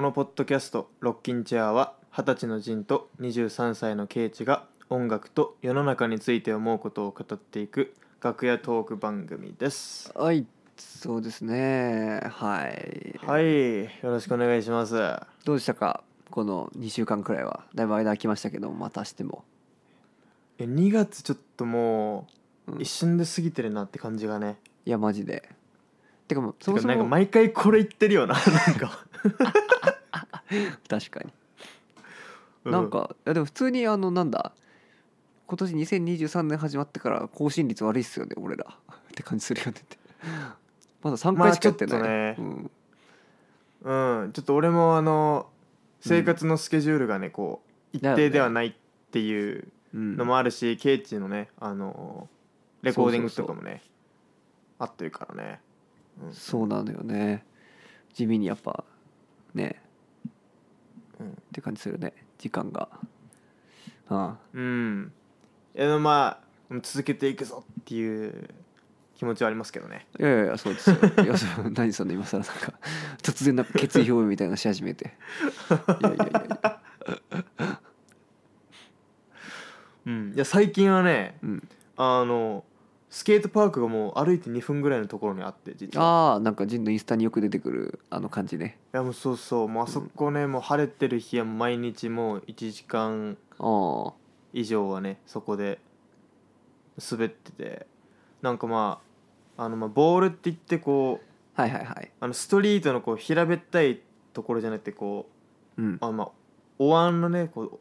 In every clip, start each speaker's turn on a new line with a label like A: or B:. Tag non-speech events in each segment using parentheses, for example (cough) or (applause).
A: のポッドキャスト「ロッキンチェア」は二十歳のジンと23歳のケイチが音楽と世の中について思うことを語っていく楽屋トーク番組です
B: はいそうですねはい、
A: はいよろしくお願いします
B: どうでしたかこの2週間くらいはだいぶ間空きましたけどもまたしても
A: え2月ちょっとも
B: う
A: うん一瞬で過ぎてるなって感じがね、
B: いやマジでてかもうそも
A: て
B: そ
A: かなんか
B: も
A: 毎回これ言ってるよな (laughs) なんか、
B: 確かに、
A: う
B: (laughs) なんかいやでも普通にあのなんだ今年2023年始まってから更新率悪いっすよね俺らって感じするよねって (laughs) まだ3回しかやってない、
A: まあち
B: う
A: ょ
B: ん、
A: うんちょっと俺もあの生活のスケジュールがねこう一定ではないっていう
B: うん
A: のもあるし、ケイチのねあのーレコーディングとかもね合ってるからね、うん
B: そうなのよね地味にやっぱね
A: うん
B: って感じするね時間があ
A: うんえのまあ続けていくぞっていう気持ちはありますけどね
B: あいやいやいやそうですよいやそう何そんな今更なんか突然なんか決意表明みたいなのし始めていやいやいやいや
A: うんいや最近はね
B: うん、
A: あのスケートパークがもう歩いて2分ぐらいのところにあって実は
B: ああなんか陣のインスタによく出てくるあの感じね
A: いやもうそうそうもうあそこね、もう晴れてる日は毎日もう1時間
B: ああ
A: 以上はねそこで滑っててなんかまああのまあボールって言ってこう
B: はいはいはい
A: あのストリートのこう平べったいところじゃなくてこ
B: うん
A: うあまあお椀のねこう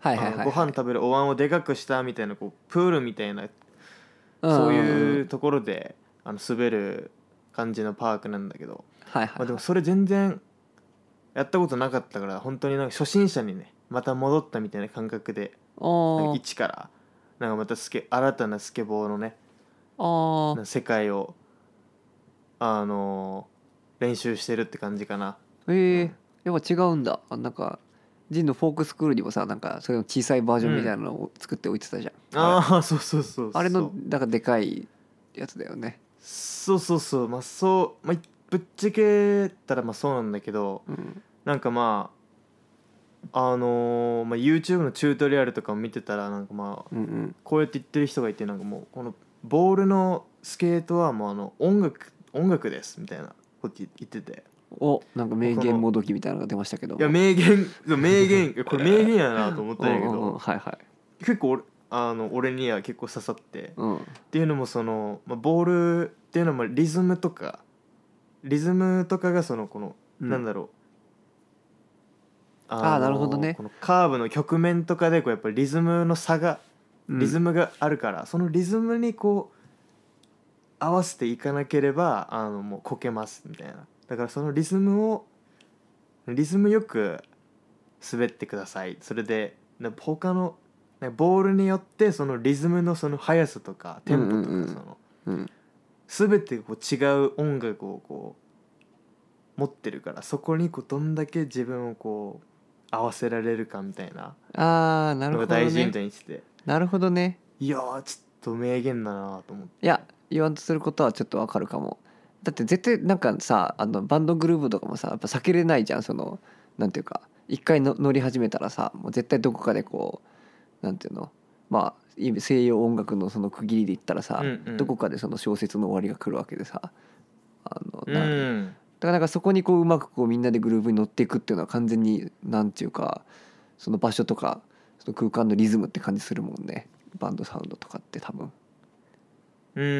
B: は
A: あ
B: いはいはい
A: のご飯食べるお椀をでかくしたみたいなこうプールみたいな
B: んんん
A: そういうところであの滑る感じのパークなんだけど、
B: はい
A: ま
B: は
A: あ、
B: い
A: でもそれ全然やったことなかったから本当になんか初心者にねまた戻ったみたいな感覚でなんか
B: あ
A: 一からなんかまたスケ新たなスケボーのね
B: ああ
A: なんか世界をあのー練習してるって感じかな。
B: えーやっぱ違うんだあなんかジンのフォークスクールにもさなんかそれの小さいバージョンみたいなのを作って置いてたじゃん、あ
A: ああそうそうそうそう
B: れあれのなんかでかいやつだよね
A: そうそうそうまあそう、まあ、ぶっちゃけたらまあそうなんだけど
B: うん
A: なんかまああのーまあ、YouTube のチュートリアルとかを見てたらなんかまあ
B: うんうん
A: こうやって言ってる人がいてなんかもうこのボールのスケートはもうあの音楽音楽ですみたいなこと言ってて
B: おなんか名言もどきみたいなのが出ましたけど
A: いや名言そう名
B: (laughs)
A: 言いやこれ名言やなと思ったんやけ
B: うんうんうん
A: ど
B: はいはい
A: 結構俺あの俺には結構刺さって
B: うん
A: っていうのもその、まあ、ボールっていうのもリズムとかリズムとかがそのこの、
B: うん
A: なんだろう
B: ー
A: の
B: なるほどね
A: このカーブの局面とかでこうやっぱりリズムの差が
B: うん
A: リズムがあるから、そのリズムにこう合わせていかなければあのもうこけますみたいなだからそのリズムをリズムよく滑ってくださいそれでな他のねボールによってそのリズムのその速さとかテンポとかその、
B: うんうんうんうん
A: 全てこう違う音楽をこう持ってるからそこにこうどんだけ自分をこう合わせられるかみたいな
B: ああなる
A: の
B: ほ
A: が
B: ど
A: 大事み
B: ね
A: たいにしてて、
B: なるほどね
A: いやーちょっと名言だなと思って
B: いや言わんとすることはちょっとわかるかもだって絶対なんかさあのバンドグループとかもさやっぱ避けれないじゃんそのなんていうか一回の乗り始めたらさもう絶対どこかでこうなんていうのまあい西洋音楽のその区切りで言ったらさ、
A: うんうん
B: どこかでその小説の終わりが来るわけでさあの
A: う
B: なだか
A: ん
B: らなんかそこにこううまくこうみんなでグループに乗っていくっていうのは完全になんていうかその場所とかその空間のリズムって感じするもんねバンドサウンドとかって多分。
A: うんうん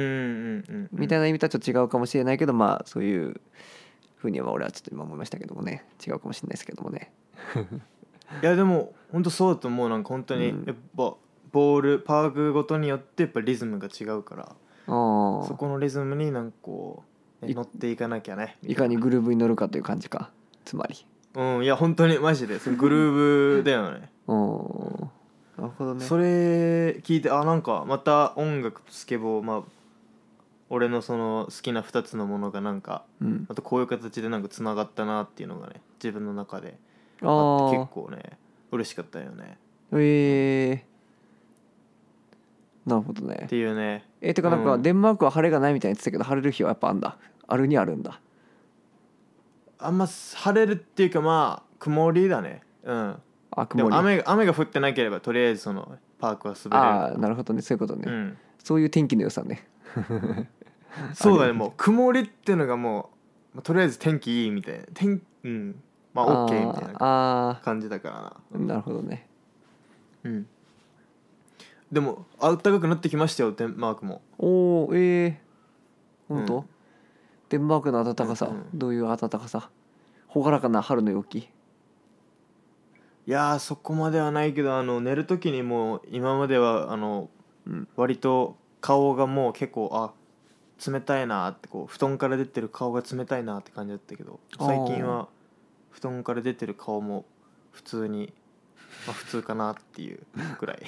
A: うん
B: みたい
A: な
B: な意味とはちょっと違うかもしれないけどまあそういうふうには俺はちょっと今思いましたけどもね違うかもしれないですけどもね
A: いやでも本当そうだと思うなんか本当に
B: うん
A: やっぱボールパークごとによってやっぱリズムが違うから
B: あー
A: そこのリズムになんかこうね
B: い
A: 乗っていかなきゃね
B: いかにグルーブに乗るかという感じかつまり
A: うんいや本当にマジでそれグルーヴだよね
B: おなるほどね
A: それ聞いてあなんかまた音楽とスケボーまあ俺のその好きな2つのものがなんか
B: うん、
A: またこういう形でなんかつながったなっていうのがね自分の中で
B: あ
A: あって結
B: ー
A: 構ね嬉しかったよね
B: えー、なるほどね
A: っていうね
B: えてかなんか
A: うん
B: デンマークは晴れがないみたいに言ってたけど晴れる日はやっぱあんだあるにはあるんだ
A: あんま晴れるっていうかまあ曇りだねうん
B: あ
A: で
B: 曇
A: も
B: り
A: 雨が雨が降ってなければとりあえずそのパークは滑
B: ああなるほどねそういうことね、
A: れる、うん、
B: そういう天気の良さね
A: そうだ
B: あ
A: ね
B: れ
A: もう曇りっていうのがもうまあとりあえず天気いいみたいな天うんまあ OK みたいな
B: あ
A: 感じだからな
B: ーあーなるほどね
A: うんでも暖かくなってきましたよデンマークも
B: おーええ本当、
A: うん
B: デンマークの暖かさ、
A: うんうん
B: どういう暖かさ朗らかな春の陽気
A: いやーそこまではないけどあの寝る時にもう今まではあの、
B: うん
A: 割と顔がもう結構あ冷たいなってこう布団から出てる顔が冷たいなって感じだったけど
B: あ
A: 最
B: ー
A: 近は布団から出てる顔も普通に、まあ、普通かなっていうく (laughs) らい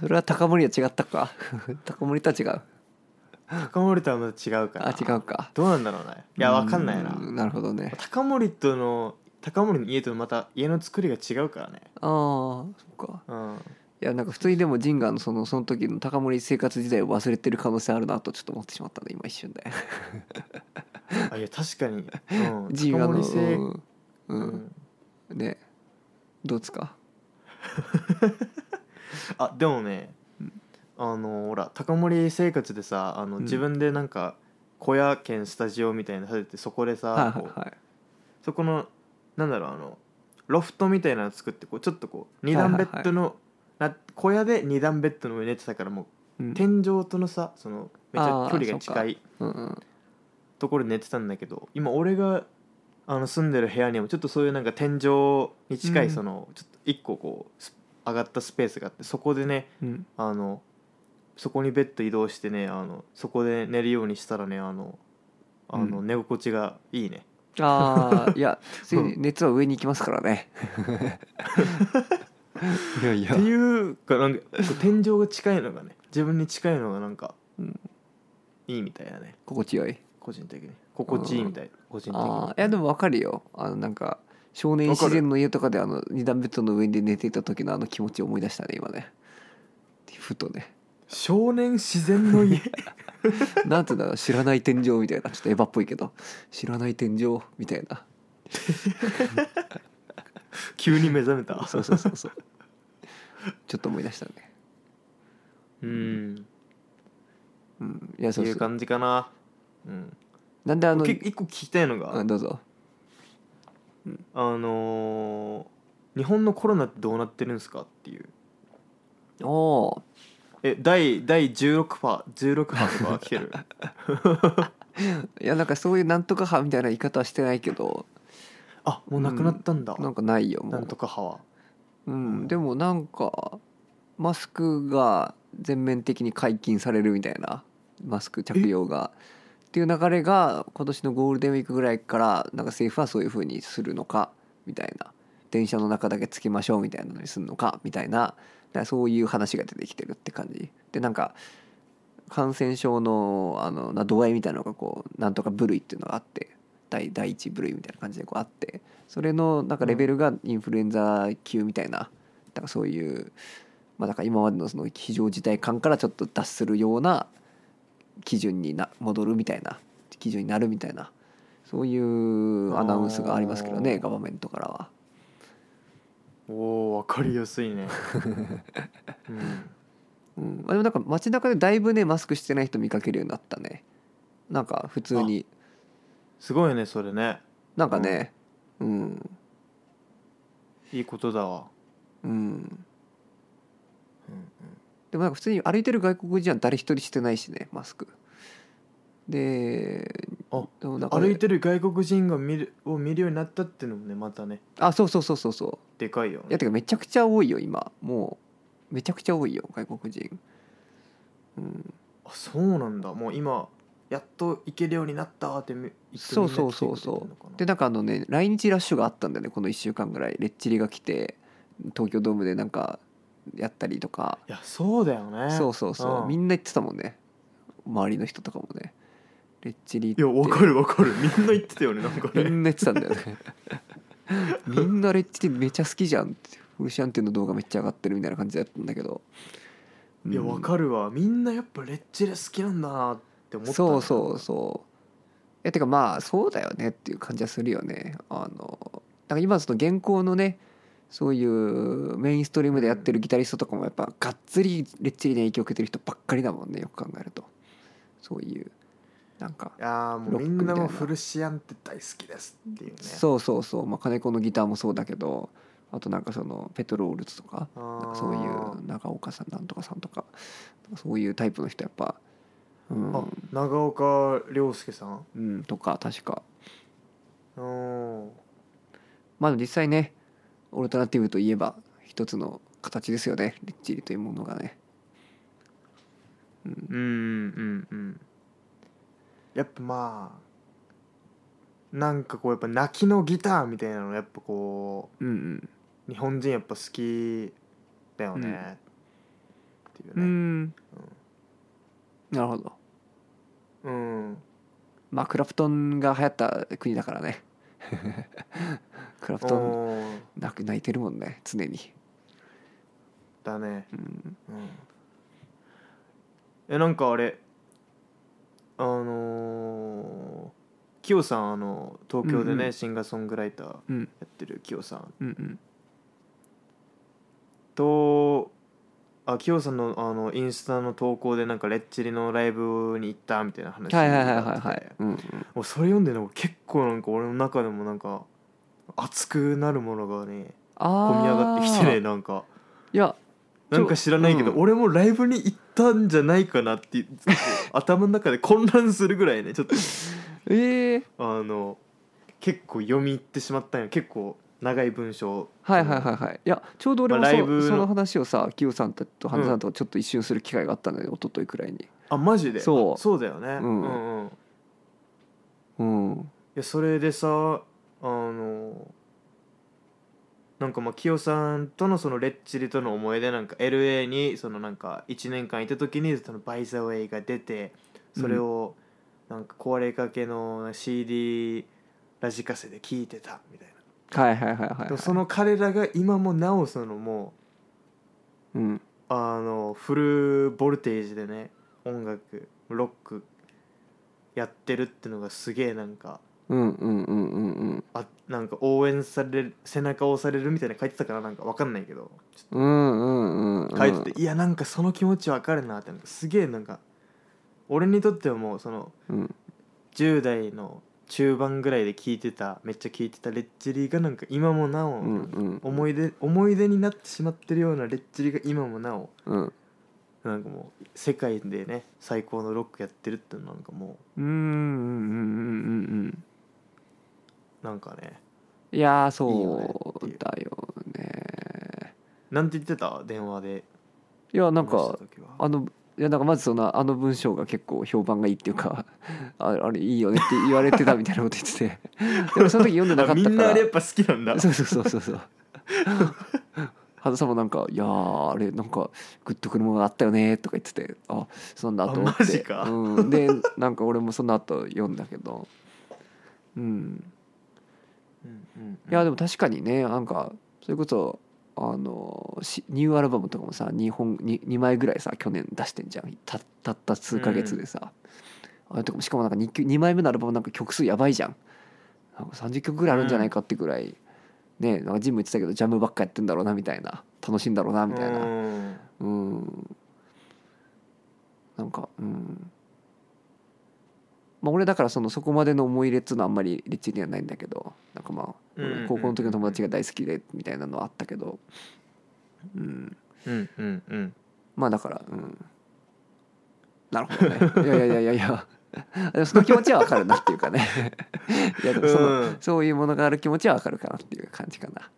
B: それは高森は違ったか (laughs) 高森とは違う
A: 高森とはまた違うから
B: あ違うか
A: どうなんだろうねいやわかんないな
B: うんなるほどね
A: 高森との高森の家とまた家の作りが違うからね
B: ああそっか
A: うん
B: いやなんか普通にでもジンガーのそのその時の高森生活時代を忘れてる可能性あるなとちょっと思ってしまったね今一瞬で
A: あいや確かに、
B: (laughs)
A: うん、
B: ジンガー
A: 高
B: の
A: 森製
B: う、
A: うんん
B: うん、ねどうですか
A: あでもね、あのほら高森生活でさあの、
B: うん
A: 自分でなんか小屋兼スタジオみたいなのされてそこでさ、
B: はい
A: こ
B: は
A: う
B: いはい
A: そこのなんだろうあのロフトみたいなの作ってこうちょっとこう二
B: はい
A: 段
B: はい
A: ベ
B: はい
A: ッドの、な小屋で二段ベッドの上に寝てたからも
B: う
A: うん天井とのさそのめっち
B: あ
A: ゃ
B: ー
A: 距離が近い
B: うんうん
A: ところで寝てたんだけど今俺があの住んでる部屋にもちょっとそういうなんか天井に近
B: う
A: い
B: ん
A: その、ちょっと一個こうス上がったスペースがあってそこでね
B: うん
A: あのそこにベッド移動してねあのそこで寝るようにしたらねあのあの、
B: う
A: 寝心地がいいね
B: ああい (laughs) やついに
A: う
B: 熱は上に行きますからねいやい
A: っていうかなんかこう天井が近いのがね自分に近いのがなんか、
B: うん
A: いいみたいだね
B: 心地よい
A: 個人的に心地いいみたい、個人的に
B: ああいやでもわかるよあのなんか少年自然の家とかであの二段ベッドの上で寝ていた時のあの気持ちを思い出したね今ねふとね
A: 少年自然の家 (laughs)
B: なんていうんだろう知らない天井みたいなちょっとエヴァっぽいけど知らない天井みたいな
A: 急に目覚め
B: (laughs)
A: た
B: そうそうそうそうちょっと思い出したね
A: うん
B: うんい
A: っ
B: や
A: て
B: そう
A: い
B: そうう
A: 感じかなうん
B: なんであの
A: け一個聞きたいのが、
B: うんどうぞ
A: あのー日本のコロナってどうなってるんですかっていう
B: おおー
A: え第第16波16波とか来て
B: (laughs)
A: る
B: いやなんかそういうなんとか派みたいな言い方はしてないけど
A: あもうなくなったんだ、
B: な
A: なんん
B: かないよもう
A: とか派は
B: うん、でもなんかマスクが全面的に解禁されるみたいなマスク着用がっていう流れが今年のゴールデンウィークぐらいからなんか政府はそういうふうにするのかみたいな電車の中だけつきましょうみたいなのにするのかみたいななんかそういう話が出てきてるって感じでなんか感染症のあのな度合いみたいなのがこうなんとか部類っていうのがあって第第一部類みたいな感じでこうあってそれのなんかレベルがインフルエンザ級みたいなだからそういう、まあ、だから今までのその非常事態感からちょっと脱するような基準にな戻るみたいな基準になるみたいなそういうアナウンスがありますけど
A: あ
B: ね
A: ー
B: ガバメントからは。
A: おー分かりやすい
B: (laughs)
A: ね、うん、
B: うん、まあでもなんか街中でだいぶねマスクしてない人見かけるようになったねなんか普通に
A: すごいねそれね
B: なんかねうん
A: いいことだわ
B: うん
A: うんうん
B: でもなんか普通に歩いてる外国人は誰一人してないしねマスクで
A: あ
B: でもなんかね
A: 歩いてる外国人が見るを見るようになったっていうのもねまたね
B: あそうそうそうそうそう
A: でかいよ
B: いや
A: ね
B: てかめちゃくちゃ多いよ今もうめちゃくちゃ多いよ外国人うん
A: あそうなんだもう今やっと行けるようになったってみ言って
B: そうそうそうそうでなんかあのね来日ラッシュがあったんだよねこの1週間ぐらいレッチリが来て東京ドームでなんかやったりとか
A: いやそうだよね
B: そうそうそう、
A: うん
B: みんな言ってたもんね周りの人とかもねレッチリ
A: いやわかるわか
B: (laughs)
A: るみんな言ってたよねなんか
B: み
A: ね
B: んな言ってたんだよね (laughs) みんなレッチリめちゃ好きじゃんってフルシャンテンの動画めっちゃ上がってるみたいな感じだったんだけど、
A: いやわ
B: る
A: かるわみんなやっぱレッチリ好きなんだなって思ったね
B: そうそうそういやてかまあそうだよねっていう感じはするよねあのだから今その現行のねそういうメインストリームでやってるギタリストとかもやっぱがっつりレっちりね影響を受けてる人ばっかりだもんねよく考えるとそういうなんか
A: いやーもうみんなもうフルシアンって大好きですっていうね
B: そうそうそう、まあ、金子のギターもそうだけどあとなんかそのペトロールズとかなん
A: あ
B: か
A: ー
B: そういう長岡さんなんとかさんとかそういうタイプの人やっぱうん
A: あ、長岡亮介さん
B: うん、とか確か
A: うん
B: まあ実際ねオルタナティブといえば一つの形ですよねレッチリというものがね
A: うんうんうんやっぱまあなんかこうやっぱ泣きのギターみたいなのやっぱこ
B: うんうん
A: う日本人やっぱ好きだよね、
B: うん
A: っていう
B: う
A: ね
B: んなるほど
A: うん、
B: まあクラプトンが流行った国だからね (laughs) クラプトン
A: おー
B: 泣く泣いてるもんね常に、
A: だね
B: うん、
A: うんえなんかあれあのー、キヨさんあの東京でね、
B: うんうん
A: シンガーソングライターや
B: うん
A: ってるキヨさん
B: うんうん
A: とあキヨさんのあのインスタの投稿でなんかレッチリのライブに行ったみたいな話
B: はい
A: が
B: は
A: あっ
B: いはい
A: て
B: はいはい、うんうん、
A: もうそれ読んでなんか結構なんか俺の中でもなんか熱くなるものがね
B: あ
A: 込み上がってきてね
B: ね
A: なんか
B: いや
A: なんか知らないけど、
B: うん
A: 俺もライブに行ったんじゃないかなって
B: (laughs)
A: いう頭の中で混乱するぐらいねちょっと
B: えー、
A: あの結構読み入ってしまったんよ結構長い文章
B: はいはいはいはいいやちょうど俺も
A: まあ
B: そ,、
A: ライブの
B: その話をさキヨさんと花さんとちょっと一瞬する機会があったので、一昨日くらいに
A: あマジで
B: そう
A: あそうだよね、
B: うん
A: うんうんい
B: うん
A: やそれでさあのなんかまあ清さんとのそのレッチリとの思い出なんか LA にそのなんか1年間いた時にその「バイ・ザ・ウェイ」が出てそれをなんか壊れかけの CD ラジカセで聴いてたみたいな、
B: はいはいはいはいはい、
A: でもその彼らが今もなおそのもう
B: うん、
A: あのフルボルテージでね音楽ロックやってるってのがすげえなんか
B: うんうんうんうんうん
A: あなんか応援される背中を押されるみたいなの書いてたからなんかわかんないけどち
B: うんうんうん
A: ょっと書いてて、いやなんかその気持ちわかるなってなんかすげえなんか俺にとってはもうその
B: うん
A: 10代の中盤ぐらいで聴いてためっちゃ聴いてたレッチリがなんか今もなお
B: うんうん
A: 思い出思い出になってしまってるようなレッチリが今もなお
B: うん
A: なんかもう世界でね最高のロックやってるってなんかも
B: うんうんうんうんうんうん
A: うなんかね
B: いやー
A: いいよね
B: そう
A: っていう
B: だよね
A: なんて言ってた電話で
B: いやなん
A: 話した
B: か
A: 時は
B: あのいやなんかまずそのあの文章が結構評判がいいっていうかああれいいよねって言われてたみたいなこと言っててでもその時読んでな
A: あ
B: かった
A: み
B: から
A: んなあれやっぱ好きなん
B: (laughs)
A: だ
B: そうそうそうそうそう羽田さんもなんか「いやーあれなんかグッとくるものがあったよね」とか言ってて「あそんな」と思って
A: あマジか
B: うん、でなんか俺もその後読んだけどうん
A: うんうんうん
B: いやでも確かにねなんかそれこそあのしニューアルバムとかもさ2本 2, 2枚ぐらいさ去年出してんじゃんたたった数ヶ月でさ、あれとかもしかもなんか 2, 曲二枚目のアルバムなんか曲数やばいじゃんなんか30曲ぐらいあるんじゃないかってぐらい、ねなんかジム言ってたけどジャムばっかやってんだろうなみたいな楽しいんだろうなみたいな
A: うん
B: うんなんかうんまあ俺だからそのそこまでの思い入れっつうのはあんまりリッチにはないんだけどなんかまあ
A: うんうんうん
B: 俺高校の時の友達が大好きでみたいなのはあったけどうん
A: うんうんうん
B: まあだからうんなるほどねいやいやいやいやいやでもその気持ちはわかるなっていうかね (laughs) いやでもその、
A: うん
B: そういうものがある気持ちはわかるかなっていう感じかな、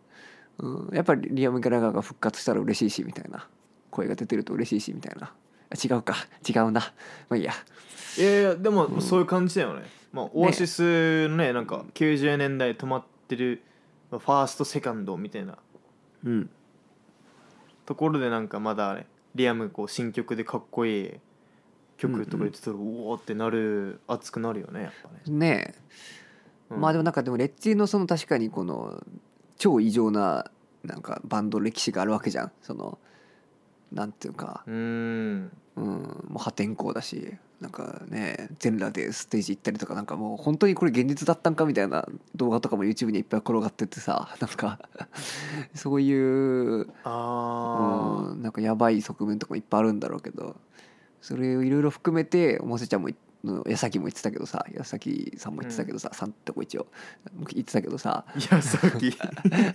B: うん、やっぱりリアム・ギャラガーが復活したら嬉しいしみたいな声が出てると嬉しいしみたいなあ違うか違うなまあいいや
A: いやいやでもそういう感じだよね、まあ、オアシスのねなんか90年代止まってるまあファーストセカンドみたいな
B: うん
A: ところでなんかまだあれリアムこう新曲でかっこいい曲とか言ってたら、おおってなる熱くなるよねやっぱね、
B: ねえ、
A: うん
B: まあでもなんかでもレッチリのその確かにこの超異常ななんかバンド歴史があるわけじゃんそのなんていうか
A: うーん
B: うん、もう破天荒だしなんかね全裸でステージ行ったりとかなんかもう本当にこれ現実だったんかみたいな動画とかも YouTube にいっぱい転がっててさ (laughs) なんかそういう
A: あ
B: うん、なんかやばい側面とかもいっぱいあるんだろうけどそれをいろいろ含めておもせちゃんもいの矢崎も言ってたけどさ矢崎さんも言ってたけどさ、さんってこ一応 (laughs) 言ってたけどさ
A: あいやさ
B: (laughs)
A: っきい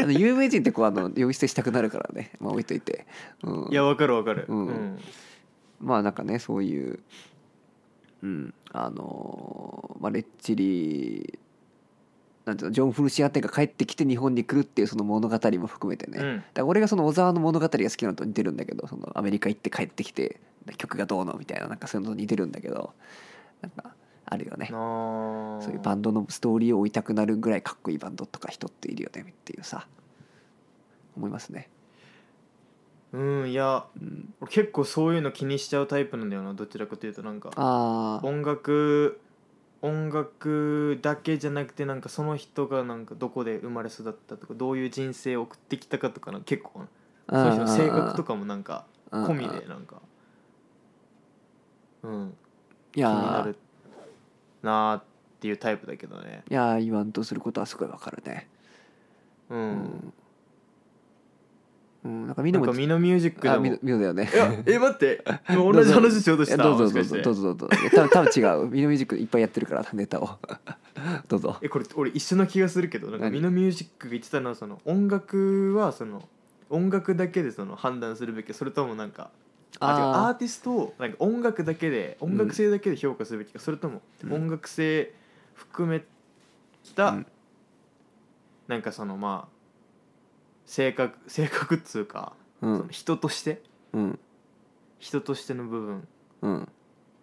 B: あの有名人ってこうあの呼び捨てしたくなるからねまあ置いといて、うん、
A: やわかるわかる、
B: うんまあなんかねそういう、うんあのーまあ、レッチリなんていうのジョン・フルシアテンが帰ってきて日本に来るっていうその物語も含めてね、
A: う
B: だか
A: ん
B: ら俺がその小沢の物語が好きなのと似てるんだけどそのアメリカ行って帰ってきて曲がどうのみたいななんかそういうのと似てるんだけどなんかあるよね
A: あー
B: そういうバンドのストーリーを追いたくなるぐらいかっこいいバンドとか人っているよねっていうさ思いますね。
A: うんいや
B: うん、
A: 俺結構そういうの気にしちゃうタイプなんだよなどちらかというとなんか
B: あー
A: 音楽音楽だけじゃなくてなんかその人がなんかどこで生まれ育ったとかどういう人生を送ってきたかとかなんか結構その人の性格とかもなんか
B: うんうんう
A: 込
B: ん
A: みでなんかうん
B: い
A: 気
B: や
A: にな
B: ー
A: るなーっていうタイプだけどね
B: いやー言わんとすることはすごいわかるね
A: う
B: うんん、うん、なんかみん
A: な
B: なんも
A: かミノミュージックで
B: あ
A: も
B: みの
A: い
B: みのだよね
A: やえ待って今同じ話しようとし
B: え
A: た
B: どうぞ
A: もし
B: ど
A: か
B: う
A: し
B: ぞ
A: て
B: どうぞどうぞいや多分多分違うみのミュージックいっぱいやってるからネタを (laughs) どうぞ
A: えこれ俺一緒な気がするけどなんか
B: 何
A: ミノミュージックが言ってたのはその音楽はその音楽だけでその判断するべきそれともなんかあ違うアー
B: あ
A: ティストをなんか音楽だけで音楽性だけで評価すべきか、それとも
B: うん
A: 音楽性含めた、
B: うん
A: なんかそのまあ性格性格っつうか、
B: ーう
A: その
B: ん
A: 人として
B: うん
A: 人としての部分
B: うん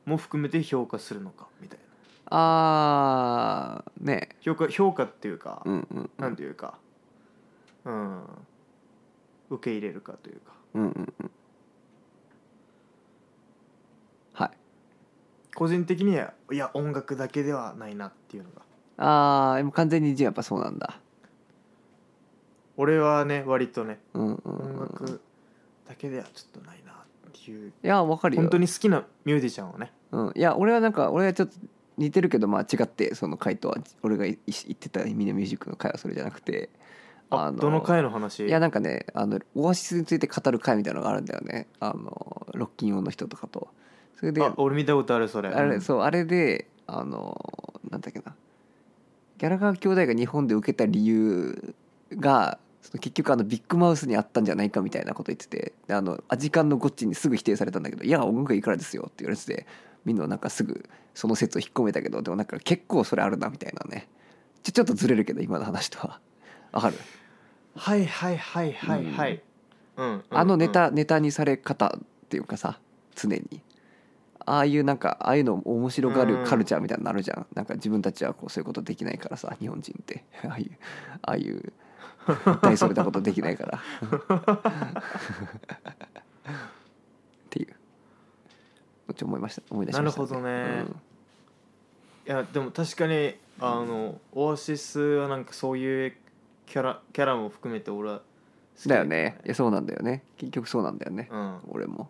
A: も含めて評価するのかみたいな
B: あーね
A: 評価評価っていうか、
B: うんうんう
A: なん
B: ん
A: ていうかうん受け入れるかというか
B: うんうんうんはい
A: 個人的にはいや音楽だけではないなっていうのが
B: あーでも完全にじゃあやっぱそうなんだ
A: 俺はね割とね
B: うんうん
A: 音
B: うんうん
A: 楽だけではちょっとないなっていう
B: いやわかるよ
A: 本当に好きなミュージシャンをね
B: うん、いや俺はなんか俺はちょっと似てるけどまあ違ってその回とは俺がいい言ってたミネミュージックの回はそれじゃなくて
A: あどの回の話
B: いやなんかねあのオアシスについて語る回みたいなのがあるんだよねあのロッキン用の人とかとそれで
A: あ
B: あ
A: 俺見たことあるそれ
B: れ、
A: うん
B: そうあれであのなんだっけなギャラガー兄弟が日本で受けた理由がその結局あのビッグマウスにあったんじゃないかみたいなこと言っててであのアジカンのゴッチにすぐ否定されたんだけど「いや音楽いいからですよ」って言われててみんななんかすぐその説を引っ込めたけどでもなんか結構それあるなみたいなねちょちょっとずれるけど今の話とはわかる
A: はいはいはいはいはいうんうん
B: あのネ
A: うん
B: タネタにされ方っていうかさ常にああいうなんかああいうの面白が
A: うん
B: るカルチャーみたいになるじゃんなんか自分たちはこうそういうことできないからさ日本人って (laughs) ああいうああいう大それたことできないからっていうちょ思いました思い出しました、
A: なるほどねいやでも確かにあのオアシスはなんかそういうキャラキャラも含めて俺は好き
B: だよ
A: けど
B: ねいやそうなんだよね結局そうなんだよね
A: うん
B: 俺も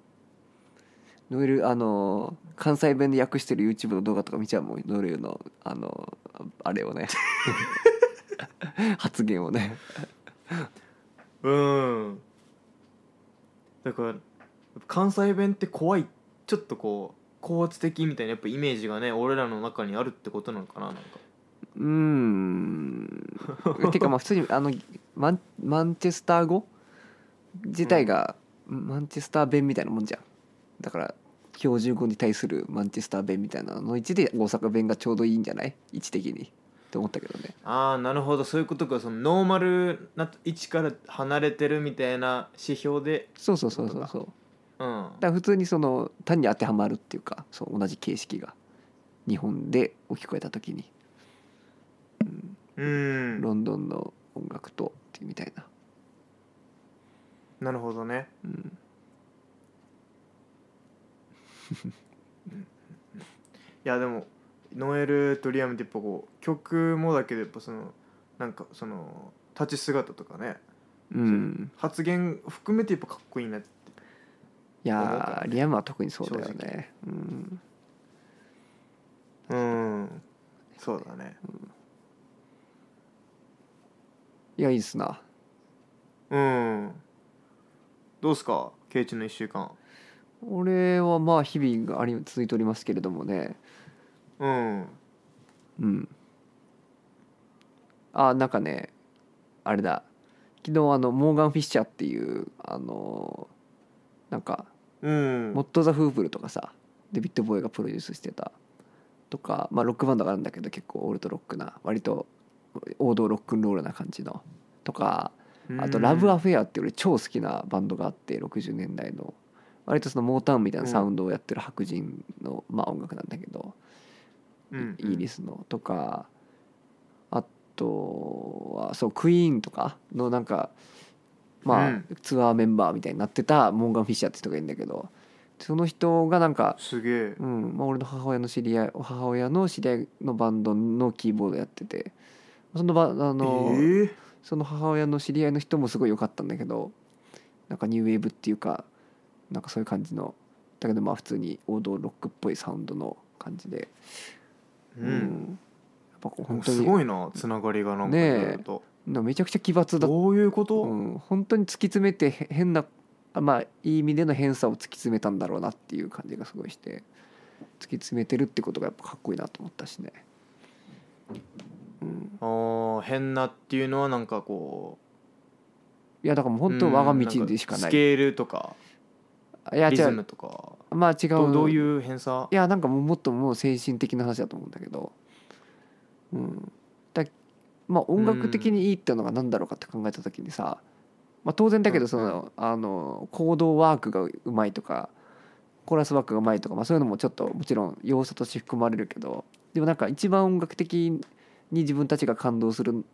B: ノエルあの関西弁で訳してる YouTube の動画とか見ちゃうもんノエルのあのあれをね (laughs) 発言をね
A: うんだからやっぱ関西弁って怖いちょっとこう高圧的みたいなやっぱイメージがね俺らの中にあるってことなのかななんか
B: うーんてかまあ普通にあのマンマンチェスター語自体が、マンチェスター弁みたいなもんじゃんだから標準語に対するマンチェスター弁みたいなのの位置で大阪弁がちょうどいいんじゃない位置的にって思ったけどね
A: ああなるほどそういうことかそのノーマルな位置から離れてるみたいな指標で
B: そうそうそうそうそう
A: うん
B: だから普通にその単に当てはまるっていうかそう同じ形式が日本で置き換えた時に
A: うん
B: ロンドンの音楽とっていうみたいな、
A: なるほどね
B: うん、
A: いやでもノエルとリアムってやっぱこう曲もだけどやっぱそのなんかその立ち姿とかね
B: うん、
A: 発言含めてやっぱかっこいいなって
B: い
A: 思うか
B: や
A: ら
B: ーリアムは特にそうだよ
A: 正
B: ね、うん、
A: そうだね
B: いやいいっすな
A: うんどうすかケイチの1週間
B: 俺はまあ日々があり続いておりますけれどもね
A: うん
B: うんあなんかねあれだ昨日あのモーガン・フィッシャーっていうあのなんか
A: うん
B: モット・ザ・フープルとかさデビッド・ボーイがプロデュースしてたとか、まあ、ロックバンドがあるんだけど結構オールドロックな割と王道ロックンロールな感じのとかあと「ラブ・ア
A: フ
B: フェア」って俺超好きなバンドがあって60年代の割とそのモータウンみたいなサウンドをやってる白人の、まあ、音楽なんだけど、イギリ
A: ス
B: スのとかあとはそうクイーンとかのなんかまあ、
A: うん
B: ツアーメンバーみたいになってたモーガン・フィッシャーって人がいるんだけどその人がなんか
A: すげえ
B: うんまあ、俺の母親の知り合い母親の知り合いのバンドのキーボードやっててそのばあの、
A: ええ
B: その母親の知り合いの人もすごい良かったんだけどなんかニューウェーブっていうかなんかそういう感じのだけどまあ普通に王道ロックっぽいサウンドの感じで、
A: う
B: うんんやっぱこう
A: も
B: 本
A: う
B: 当
A: す
B: に
A: ごいなつながりがなんか
B: ねえ
A: いろいろと
B: なめちゃくちゃ奇抜だっ
A: どういうこと、
B: うん、本当に突き詰めてへ変なあまあいい意味での変さを突き詰めたんだろうなっていう感じがすごいして突き詰めてるってことがやっぱかっこいいなと思ったしね。うん、
A: ああ変なっていうのはなんかこ
B: いやだからもう
A: う
B: 本当我が道でしか
A: うんん
B: な
A: ス
B: い。
A: ケールとか
B: いや
A: リ
B: 違
A: ズ
B: う
A: ムとか
B: まあ違う
A: どどういう偏差
B: いやなんかもうもっともう精神的な話だと思うんだけど、うん、だまあ音楽的にいいってのが何だろうかって考えた時にさ、まあ、当然だけどそのあの行動ワークがうまいとかコーラスワークがうまいとか、まあ、そういうのもちょっともちろん要素として含まれるけどでもなんか一番音楽的に自分たちが感動する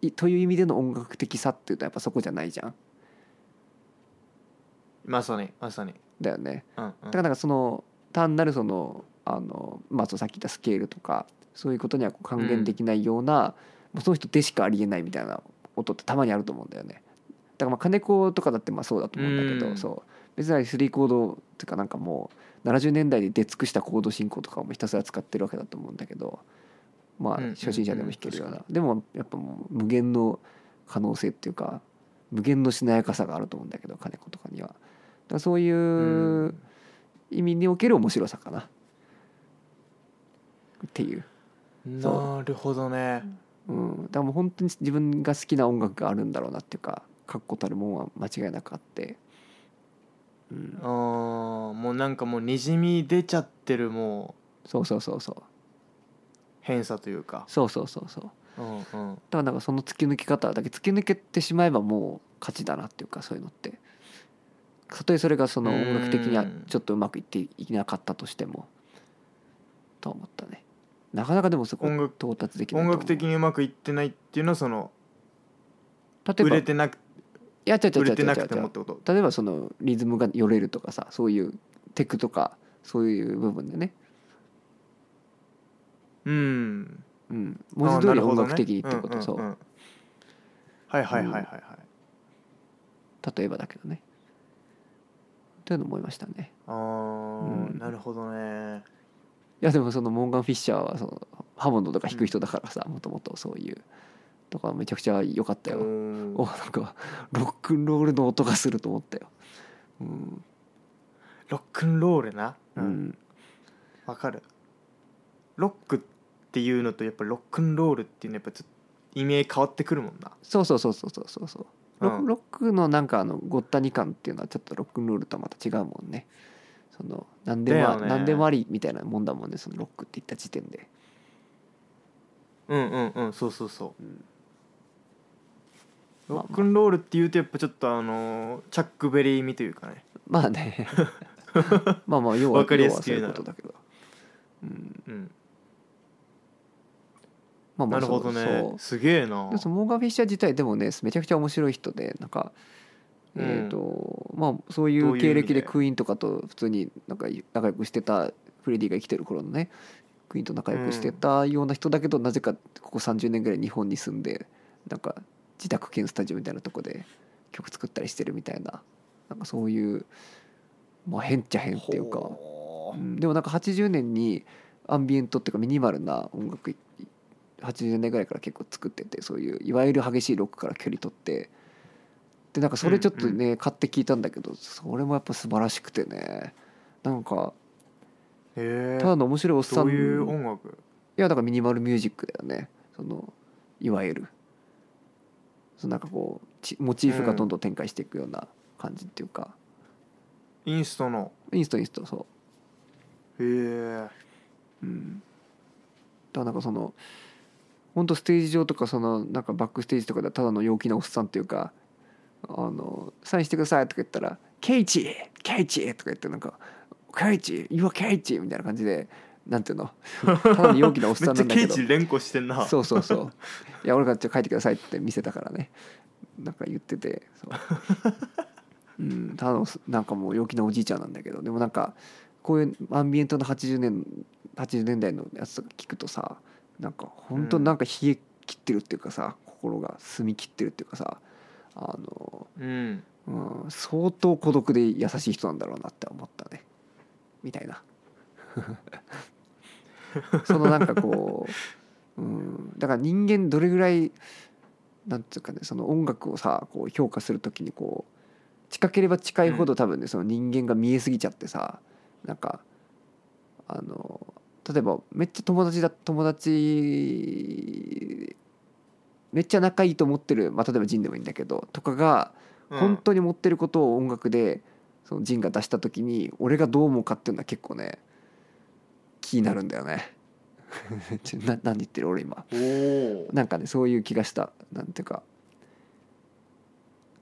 B: いという意味での音楽的さっていうとやっぱそこじゃないじゃん。
A: まさにまさに、
B: だよね。
A: うんうん、
B: だからなんかその単なるそのあの、まあ、そのさっき言ったスケールとかそういうことにはこう還元できないような、もうその人でしかありえないみたいな音ってたまにあると思うんだよね。だからまあ金子とかだってまあそうだと思うんだけど、
A: うん
B: そう別にスリーコードっていうかなんかもう70年代で出尽くしたコード進行とかをひたすら使ってるわけだと思うんだけどまあ
A: うんうんうん
B: 初心者でも弾けるような、
A: 確
B: でもやっぱもう無限の可能性っていうか無限のしなやかさがあると思うんだけど金子とかには。だからそういう、
A: うん
B: 意味における面白さかなっていう、そう
A: なるほどね
B: うん、だからもう本当に自分が好きな音楽があるんだろうなっていうか確固たるもんは間違いなくあって、うん
A: あ、ーもうなんかもうにじみ出ちゃってるもう
B: そうそうそうそう
A: 偏差というか
B: そうそうそうそうだ
A: うんうん
B: からなんかその突き抜け方だけ突き抜けてしまえばもう勝ちだなっていうかそういうのってたとえそれがその音楽的には
A: うん
B: ちょっとうまくいっていなかったとしてもと思ったねなかなかでもそこ
A: 音楽
B: 到達できない
A: 音
B: と思う
A: 楽的にうまくいってないっていうのはその
B: 例え
A: 売
B: ば
A: れてなく
B: いや違う違う
A: 売
B: 違う違
A: れてな
B: う違
A: く
B: う
A: てもってこと
B: 例えばそのリズムがよれるとかさそういうテクとかそういう部分でね、
A: うん
B: うん、文字通り音楽的にって
A: あ
B: こと、
A: ーなるほどねんん
B: そうん
A: はいはいはいはいはい、
B: 例えばだけどねというのを思いましたね
A: あー
B: うん
A: なるほどね
B: いやでもそのモーガン・フィッシャーはそのハモンドとか弾く人だからさもともとそういうとかめちゃくちゃ良かったよ、
A: うん
B: おなんかロックンロールの音がすると思ったようん、
A: ロックンロールな
B: う
A: うんんわかるロックっていうのとやっぱロックンロールっていうのはやっぱちょっと意味合い変わってくるもんな
B: そうそうそうそうそうそうそうロ,、
A: うん
B: ロックのなんかあのごったに感っていうのはちょっとロックンロールとはまた違うもんねその何でも
A: だ
B: あ、
A: よね
B: 何でもありみたいなもんだもんねそのロックって言った時点で
A: うんうんうんそうそうそう
B: ま
A: ロ
B: あ
A: ックンロールっていうとやっぱちょっとあのーチャックベリー味というかね
B: まあね
A: (laughs)
B: まあまあ要は
A: わかりやすく
B: 要
A: 言う
B: は
A: な
B: そ
A: ら
B: ういうことだけど、うん、
A: うん
B: まあま
A: な
B: あ
A: る
B: そ
A: ほ
B: うそ
A: ど
B: う
A: ねすげえな
B: でもそのモーガン・フィッシャー自体でもねめちゃくちゃ面白い人でなんか、
A: うん
B: えっ、とまあそうい
A: どういう意
B: う
A: 味で
B: 経歴でクイーンとかと普通になんか仲良くしてたフレディが生きてる頃のねクイーンと仲良くしてたような人だけど、なぜかここ30年ぐらい日本に住んでなんか自宅兼スタジオみたいなとこで曲作ったりしてるみたいななんかそういう、まあ、変っちゃ変っていうか。
A: ほ
B: う
A: ー
B: んでもなんか80年にアンビエントっていうかミニマルな音楽80年代ぐらいから結構作っててそういういわゆる激しいロックから距離取ってでなんかそれちょっとね、買って聞いたんだけどそれもやっぱ素晴らしくてねなんか
A: え
B: ただ
A: ー、
B: の面白いおっさ
A: ど
B: ん
A: ういう音楽
B: いやだからミニマルミュージックだよねそのいわゆるそのなんかこうちモチーフがどんどん展開していくような感じっていうか、
A: インストの
B: インストインストそ
A: へえー、
B: ううんだからなんかその本当ステージ上とかそのなんかバックステージとかではただの陽気なおっさんっていうか「あのサインしてください」とか言ったら「ケイチケイチ!」とか言ってなんか「ケイチ !You are ケイチ!」みたいな感じでなんてい
A: (laughs)
B: うのただの陽気なおっ
A: め
B: さ
A: っ
B: ん
A: ち
B: な
A: ゃ
B: んだ
A: ケ
B: け
A: イ
B: ど
A: チ連呼してんな
B: そうそうそう「いや俺がちょっと書いてください」って見せたからねなんか言ってて
A: (laughs)
B: そううんただのなんかもう陽気なおじいちゃんなんだけどでもなんかこういうアンビエントの80年80年代のやつとか聞くとさなんか本当
A: うん
B: なんか冷え切ってるっていうかさ、心が澄み切ってるっていうかさあの、
A: うん
B: うん、相当孤独で優しい人なんだろうなって思ったねみたいな (laughs) そのなんかこう、うん、だから人間どれぐらいなんていうかねその音楽をさこう評価するときにこう近ければ近いほど多分ねその人間が見えすぎちゃってさなんかあの例えばめっちゃ友達だ友達めっちゃ仲いいと思ってる、まあ、例えばジンでもいいんだけどとかが
A: うん
B: 本当に持ってることを音楽でそのジンが出した時に俺がどう思うかっていうのは結構ね気になるんだよね。 (laughs) ちょな何言ってる俺今
A: おお
B: なんかねそういう気がしたなんていうか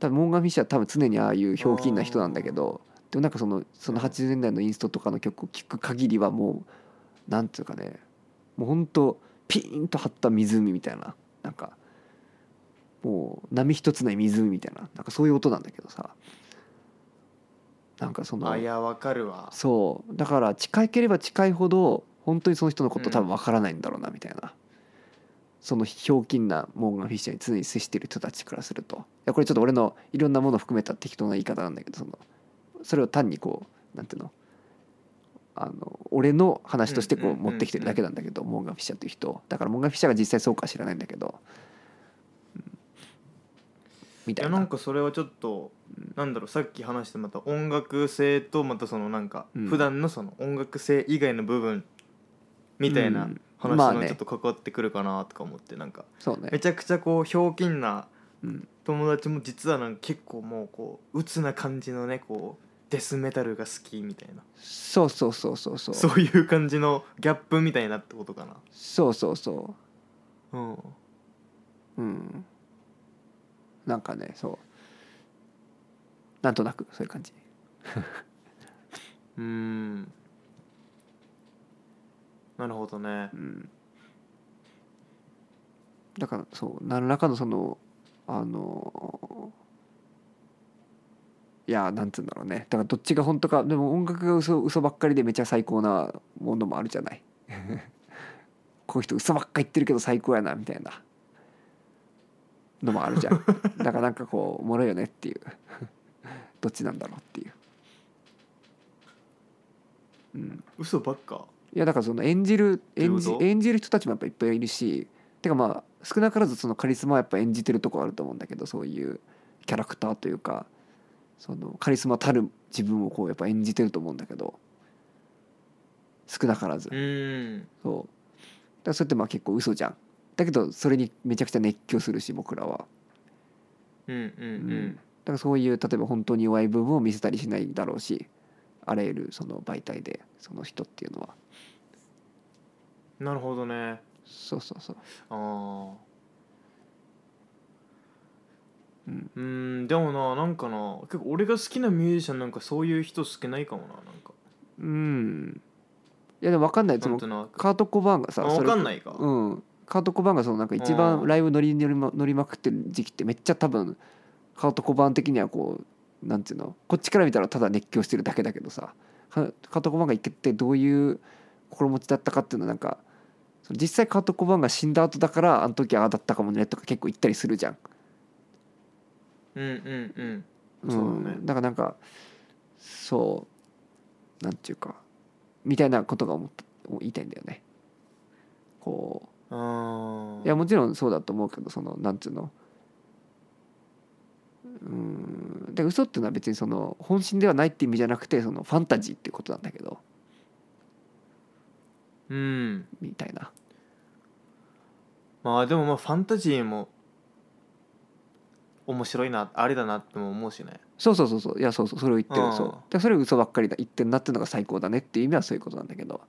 B: 多分モンガン・フィッシャーは多分常にああいうひょうきんな人なんだけどでもなんかそのその80年代のインストとかの曲を聴く限りはもうなんていうかねもうほんとピーンと張った湖みたいななんかもう波一つない湖みたいななんかそういう音なんだけどさなんかその
A: あいやわかるわ
B: そうだから近ければ近いほど本当にその人のこと多分わからないんだろうなみたいな、そのひょうきんなモーガン・フィッシャーに常に接している人たちからするといやこれちょっと俺のいろんなものを含めた適当な言い方なんだけどそのそれを単にこうなんていうのあの俺の話としてこ
A: う
B: うん
A: うんうんうん
B: 持ってきてるだけなんだけど、モーガン・フィッシャーという人だからモーガン・フィッシャーが実際そうかは知らないんだけど、うんみ
A: い
B: たい
A: や
B: な
A: なんかそれはちょっと、なんだろうさっき話してまた音楽性とまたそのなんか、
B: うん
A: 普段のその音楽性以外の部分みたいうなん話
B: まあ
A: の
B: ね
A: ちょっと関わってくるかなとか思ってなんか
B: そうね
A: めちゃくちゃこうひょうきんな
B: うん
A: 友達も実はなんか結構もうこう鬱な感じのねこうデスメタルが好きみたいな
B: そうそうそうそうそう
A: そういう感じのギャップみたいなってことかな
B: そうそうそう
A: うん
B: うんなんかねそうなんとなくそういう感じ
A: うんなるほどね
B: うんだからそう何らかのそのあのいやなんつうんだろうねだからどっちが本当かでも音楽が嘘嘘ばっかりでめちゃ最高なものもあるじゃない (laughs) こういう人嘘ばっか言ってるけど最高やなみたいなのもあるじゃんだからなんかこうおもろいよねっていう (laughs) どっちなんだろうっていううん
A: 嘘ばっか
B: いやだからその演じる
A: いう
B: 演
A: こ
B: じ
A: と
B: 演じる人たちもやっぱいっぱいいるしてかまあ少なからずそのカリスマはやっぱ演じてるとこあると思うんだけどそういうキャラクターというかそのカリスマたる自分をこうやっぱ演じてると思うんだけど少なからず
A: うん
B: そうだからそれってまあ結構嘘じゃんだけどそれにめちゃくちゃ熱狂するし僕らは
A: うんうんう
B: うん
A: ん
B: だからそういう例えば本当に弱い部分を見せたりしないだろうしあらゆるその媒体でその人っていうのは
A: なるほどね
B: そうそうそう
A: ああ
B: うん
A: うんでもななんかな結構俺が好きなミュージシャンなんかそういう人少ないかもななんか
B: うんいやでも分かんない
A: な
B: そ
A: ん
B: の
A: となく
B: カート・コバーンがさ
A: あ
B: そ
A: わ
B: れ
A: かんないか、
B: うんカート・コバーンがそのなんか一
A: う
B: 番
A: ん
B: ライブ乗り乗りま乗りまくってる時期ってめっちゃ多分カート・コバーン的にはこうなんていうのこっちから見たらただ熱狂してるだけだけどさカカート・コバーンが行けてどういう心持ちだったかっていうのはなんかその実際カート・コバーンが死んだ後だからあの時ああだったかもねとか結構言ったりするじゃん
A: うんうん
B: うん
A: そうだね
B: だからなんかそうなんていうかみたいなことが思ったを言いたいんだよねこう
A: あ
B: いやもちろんそうだと思うけどそのなんつうのうーんで嘘っていうのは別にその本心ではないって意味じゃなくてそのファンタジーってことなんだけど
A: うん
B: みたいな
A: まあでもまあファンタジーも面白いなあれだなっても思うしね
B: そうそうそうそういやそうそうそれを言って
A: うん
B: るそうでそれを嘘ばっかりだ言ってんなっていうのが最高だねっていう意味はそういうことなんだけど、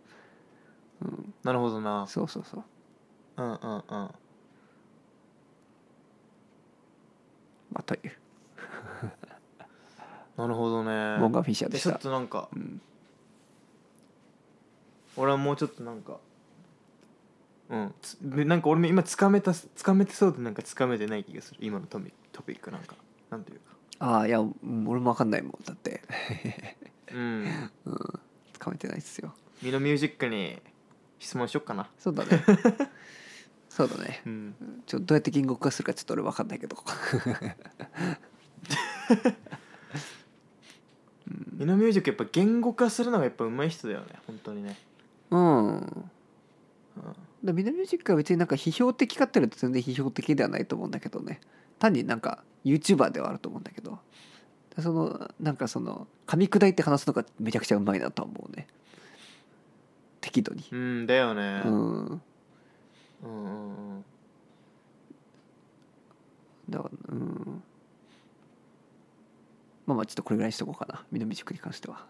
B: うん、
A: なるほどな
B: そうそうそう
A: うんうんうん
B: まあという
A: なるほどね
B: モンガンフィッシャーで
A: で
B: し
A: ちょったとなんか
B: うん
A: 俺はもうちょっとなんかうんつでなんか俺も今つかめたつかめてそうでなんかつかめてない気がする今のトピトピックなんかなんていうか
B: ああいやうん俺も分かんないもんだって (laughs)
A: うん
B: つかめてないっすよ
A: ミノミュージックに質問しよっかな
B: そうだねそうだね
A: うん
B: ちょどうやって言語化するかちょっと俺分かんないけど
A: ミノミュージックやっぱ言語化するのがやっぱ上手い人だよね本当にね
B: うん
A: うん
B: でミノミュージックは別になんか批評的かっていうと全然批評的ではないと思うんだけどね単になんか YouTuber ではあると思うんだけどでそのなんかその噛み砕いて話すのがめちゃくちゃうまいなとは思うね適度に
A: うんだよね、
B: うん
A: うんうんうん
B: だからうんまあまあちょっとこれぐらいにしとこうかなミノミュージックに関し
A: (laughs)
B: ては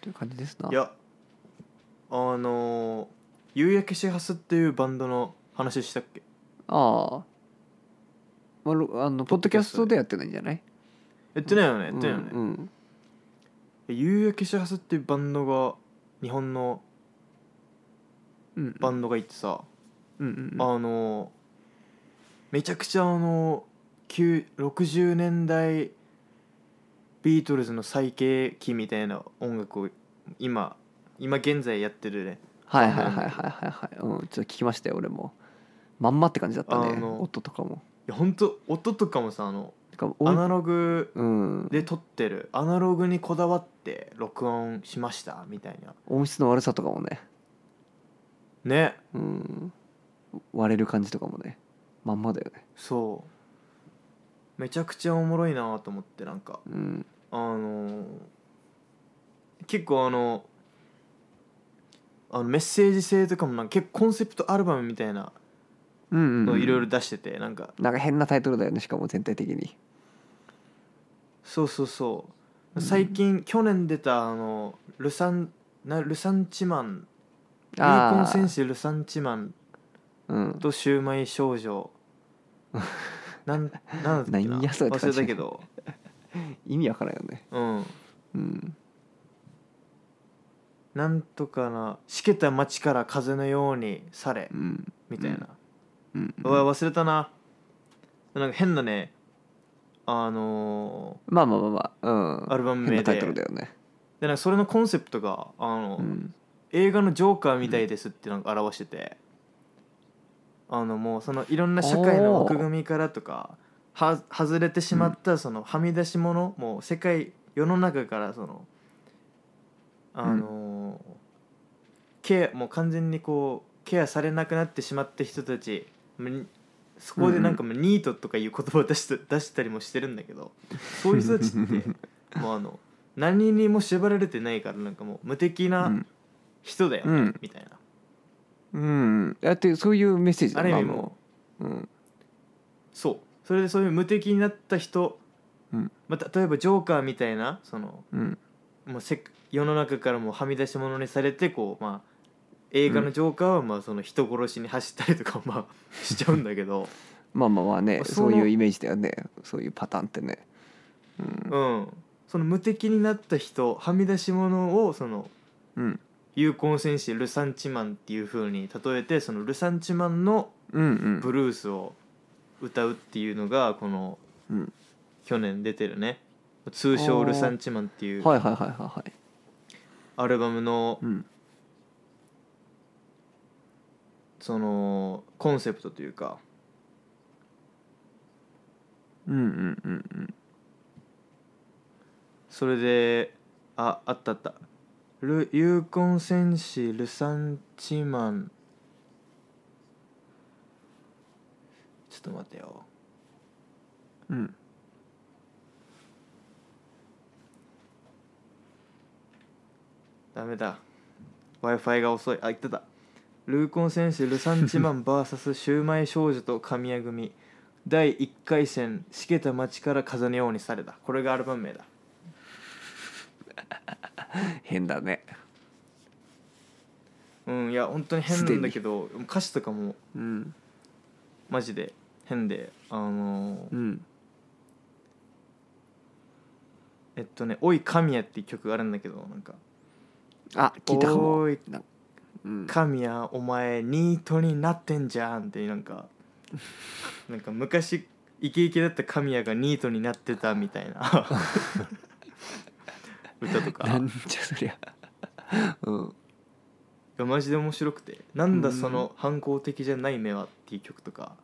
B: という感じですない
A: やあのー「夕焼けシハス」っていうバンドの話したっけ
B: ああ、まあろ、あのポッドキャストでやってないんじゃない
A: やってないよねやってないよね、
B: うんうん
A: 夕焼けシハスっていうバンドが日本の
B: うんうん
A: バンドがいてさ、
B: うんうんうん
A: あのーめちゃくちゃあのー9 60年代ビートルズの最景期みたいな音楽を今今現在やってるね
B: はいはいはいはいはいはいうんちょっと聞きましたよ俺もまんまって感じだった
A: あ
B: ね
A: の
B: 音とかも
A: いやほんと音とかもさあの
B: てか
A: ア
B: 音
A: ナログ
B: うん
A: で撮ってるアナログにこだわって録音しましたみたいな
B: 音質の悪さとかもね
A: ね
B: うん割れる感じとかもねまんまだよね
A: そうめちゃくちゃおもろいなと思ってなんか
B: うん
A: あのー結構あのあのメッセージ性とかもなんか結構コンセプトアルバムみたいな
B: うんうん
A: の
B: う
A: を
B: ん
A: いろいろ出してて、なんか
B: なんか変なタイトルだよねしかも全体的に
A: そうそうそううん最近、去年出たあのルサンなルサンチマンユーコン
B: あ
A: 戦士ルサンチマン
B: あうん
A: とシューマイ少
B: (laughs)
A: 女なんなんだっけな
B: 何やそれって
A: 忘
B: 感
A: れ
B: じ
A: たけど
B: 意味わからんよね
A: うん
B: うん
A: なんとかなしけた街から風のように去れ
B: うん
A: みたいな、
B: うん
A: うわ忘れたななんか変なねあの
B: まあまあまあまあうん
A: アルバム名で
B: 変なタイトルだよね
A: ーでなんかそれのコンセプトがあの、
B: うん
A: 映画の「ジョーカーみたいです」ってなんか表してて、あのもうそのいろんな社会の枠組みからとかは外れてしまったそのはみ出し物、もう世界世の中からそのあのーケアもう完全にこうケアされなくなってしまった人たちむそこでなんかもうニートとかいう言葉を出した出したりもしてるんだけどそういう人たちって (laughs) もうあの何にも縛られてないからなんかもう無敵
B: う
A: なん人だよね、
B: うん
A: みたいな
B: うんだってそういうメッセージ
A: あ
B: だ
A: る
B: よ
A: 意
B: な
A: 味
B: も
A: も
B: ううん
A: うそうそれでそういう無敵になった人、
B: うん
A: まあ、例えばジョーカーみたいなその
B: うん
A: もうせ世の中からもうはみ出し物にされてこうまあ映画のジョーカーはまあその人殺しに走ったりとかまあ (laughs) しちゃうんだけど
B: まあまあまあね
A: そ
B: そ
A: の
B: ういうイメージだよねそういうパターンってね
A: うんその無敵になった人はみ出し物をその
B: うん
A: 有効戦士ルサンチマンっていう風に例えてそのルサンチマンの
B: うんうん
A: ブルースを歌うっていうのがこの
B: うん
A: 去年出てるね通称「ルサンチマン」っていう
B: はいはいはいはいはい
A: アルバムの
B: うん
A: そのコンセプトというか
B: うんうんうんうん
A: それでああったあった「ルユーコン戦士ルサンチマン」ちょっと待ってよ
B: うん
A: ダメだ w i f i が遅いあ言ってたルーコン戦士ルサンチ
B: (laughs)
A: マン VS シューマイ少女と神谷組第1回戦しけた町から風のようにされたこれがアルバム名だ
B: 変だね
A: うんいや本当に変なんだけど歌詞とかも
B: うん
A: マジで変であのー
B: うん
A: えっとね「おい神谷」っていう曲があるんだけどなんか
B: あ聞いたかも
A: おーい
B: なうん
A: 「神谷お前ニートになってんじゃん」ってなんかなんか昔イケイケだった神谷がニートになってたみたいな (laughs) 歌とか
B: なんじゃそりゃうん
A: がマジで面白くて「なんだ
B: うん
A: その反抗的じゃない目は」っていう曲とか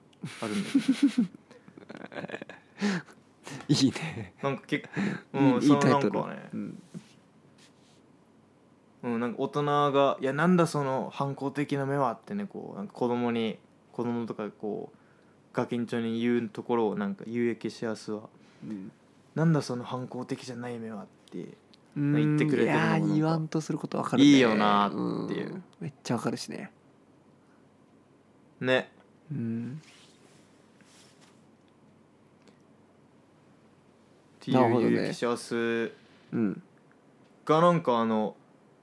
A: あるんだけど
B: (laughs) いいね
A: なんか結構、うん、
B: いいいい
A: その
B: タイトル
A: なんかね
B: うん
A: うん、なんか大人が「いやなんだその反抗的な目は」ってねこうなんか子供に子供とかこうガキンチョに言うところをなんか「有益シェアスは
B: うん
A: なんだその反抗的じゃない目は」って言
B: 言
A: ってくれてるのもなんか
B: いやー言わんとすることわかる、ね、
A: いいよなーっていう
B: うんめっちゃわかるしね
A: ね
B: うん
A: っていう
B: なるほどね
A: 有益シェアス
B: うん
A: がなんかあの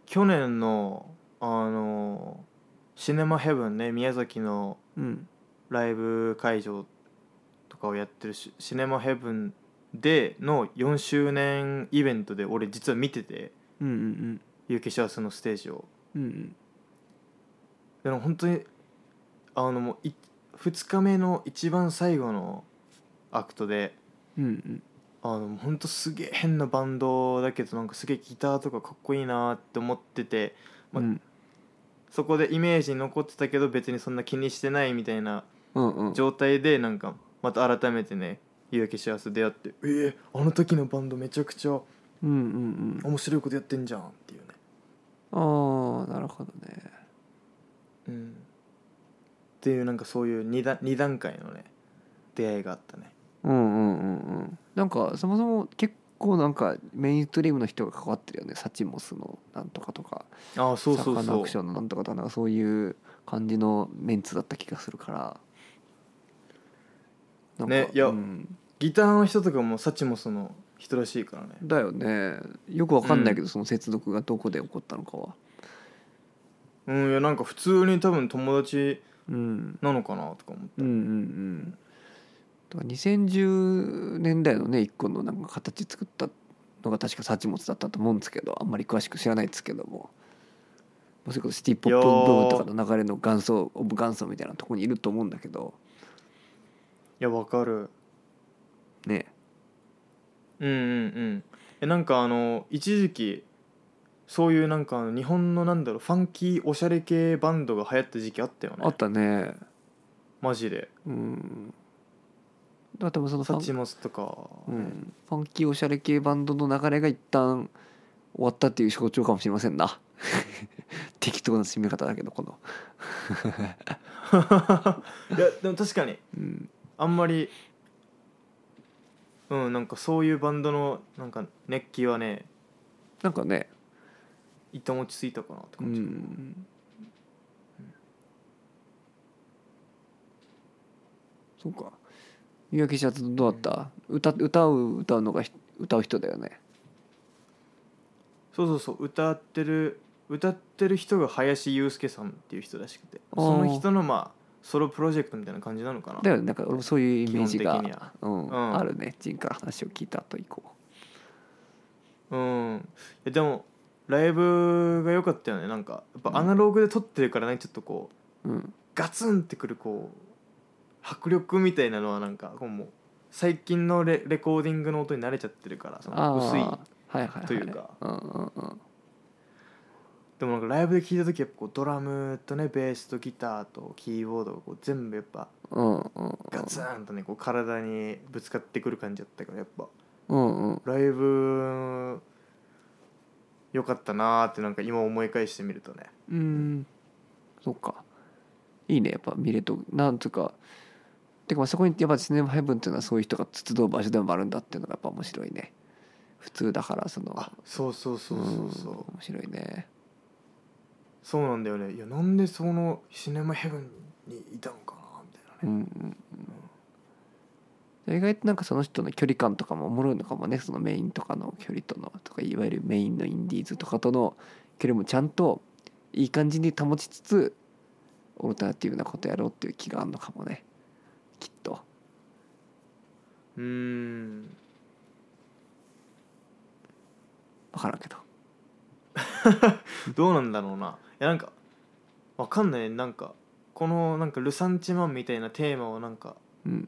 A: 去年のあのシネマヘブンね宮崎の
B: うん
A: ライブ会場とかをやってるしシネマヘブンでの4周年イベントで俺実は見てて。
B: うんうん
A: 有機シャワスのステージを
B: うんうん
A: でも本当にあのもう2日目の一番最後のアクトで
B: うんうん
A: あの本当すげえ変なバンドだけどなんかすげえギターとかかっこいいなって思っててま
B: うん
A: そこでイメージに残ってたけど別にそんな気にしてないみたいな
B: うんうん
A: 状態でなんかまた改めてね有機シャワス出会って「えー、あの時のバンドめちゃくちゃ
B: うんうんうん
A: 面白いことやってんじゃん」っていうね
B: ああなるほどね
A: うんっていうなんかそういう 2, 段二段階のね出会いがあったね
B: うんうんうんうんなんかそもそも結構なんかメインストリームの人が関わってるよねサチモスのなんとかとか
A: ああそうそう
B: サカナ
A: そ
B: クショ
A: う
B: ンのなんとかとかなんかそういう感じのメンツだった気がするからなんか
A: ねいや
B: うん
A: ギターの人とかもサチもその人らしいからね
B: だよねよくわかんないけど、その接続がどこで起こったのかは
A: うんいやなんか普通に多分友達
B: うん
A: なのかなとか思っ
B: うんうんうんだから2010年代のね一個のなんか形作ったのが確かサチモツだったと思うんですけどあんまり詳しく知らないですけどもまあそれこそシティ・ポップ・ブームとかの流れの元祖オブ元祖みたいなとこにいると思うんだけど
A: いやわかる
B: ね
A: うんうんうんえなんかあの一時期そういうなんかあの日本のなんだろうファンキーおしゃれ系バンドが流行った時期あったよ
B: あ
A: ね
B: ったね
A: マジで
B: うんだってもそのファ
A: サ
B: ン
A: チモスとか、
B: うん、ファンキーおしゃれ系バンドの流れが一旦終わったっていう象徴かもしれませんな (laughs) 適当な締め方だけどこの、
A: (laughs) いやでも確かに
B: うん、
A: あんまりうんなんかそういうバンドのなんか熱気はね
B: なんかね、
A: 一旦落ち着いたかなって
B: う
A: 感じ、
B: ん、そうか三宅シャツどうだった、歌歌う歌うのがひ歌う人だよね
A: そうそうそう歌ってる歌ってる人が林祐介さんっていう人らしくて
B: あー
A: その人のまあソロプロジェクトみたいな感じなのかな
B: だよねなんか俺もそういうイメージ
A: 基本的には
B: が、うん
A: うん
B: あるねジンから話を聞いた後以降
A: うんえでもライブが良かったよねなんかやっぱアナログで撮ってるからねちょっとこう
B: うん
A: ガツンってくるこう迫力みたいなのはなんかこうもう最近のレレコーディングの音に慣れちゃってるからその薄い
B: あーはいはいはい
A: というか
B: うんうんうん
A: でもなんかライブで聴いた時やっぱこうドラムとねベースとギターとキーボードがこう全部やっぱ
B: うんうんうん
A: ガツンとねこう体にぶつかってくる感じだったからやっぱ
B: うんうん
A: ライブ良かったなーってなんか今思い返してみるとね
B: うんそっかいいねやっぱ見れとなんとかてかまあそこにやっぱシネマヘブンっていうのはそういう人が集う場所でもあるんだっていうのがやっぱ面白いね普通だからその
A: あそうそうそうそうそう、
B: ん面白いね
A: そうなんだよねいやなんでそのシネマヘブンにいたのかなみたいなね、
B: うんうんうん意外となんかその人の距離感とかもおもろいのかもねそのメインとかの距離とのとかいわゆるメインのインディーズとかとの距離もちゃんといい感じに保ちつつオルタナティブなことやろうっていう気があるのかもねきっと
A: うーん
B: 分からんけど
A: どうなんだろうないやなんかわかんないなんかこのなんかルサンチマンみたいなテーマをなんか
B: うん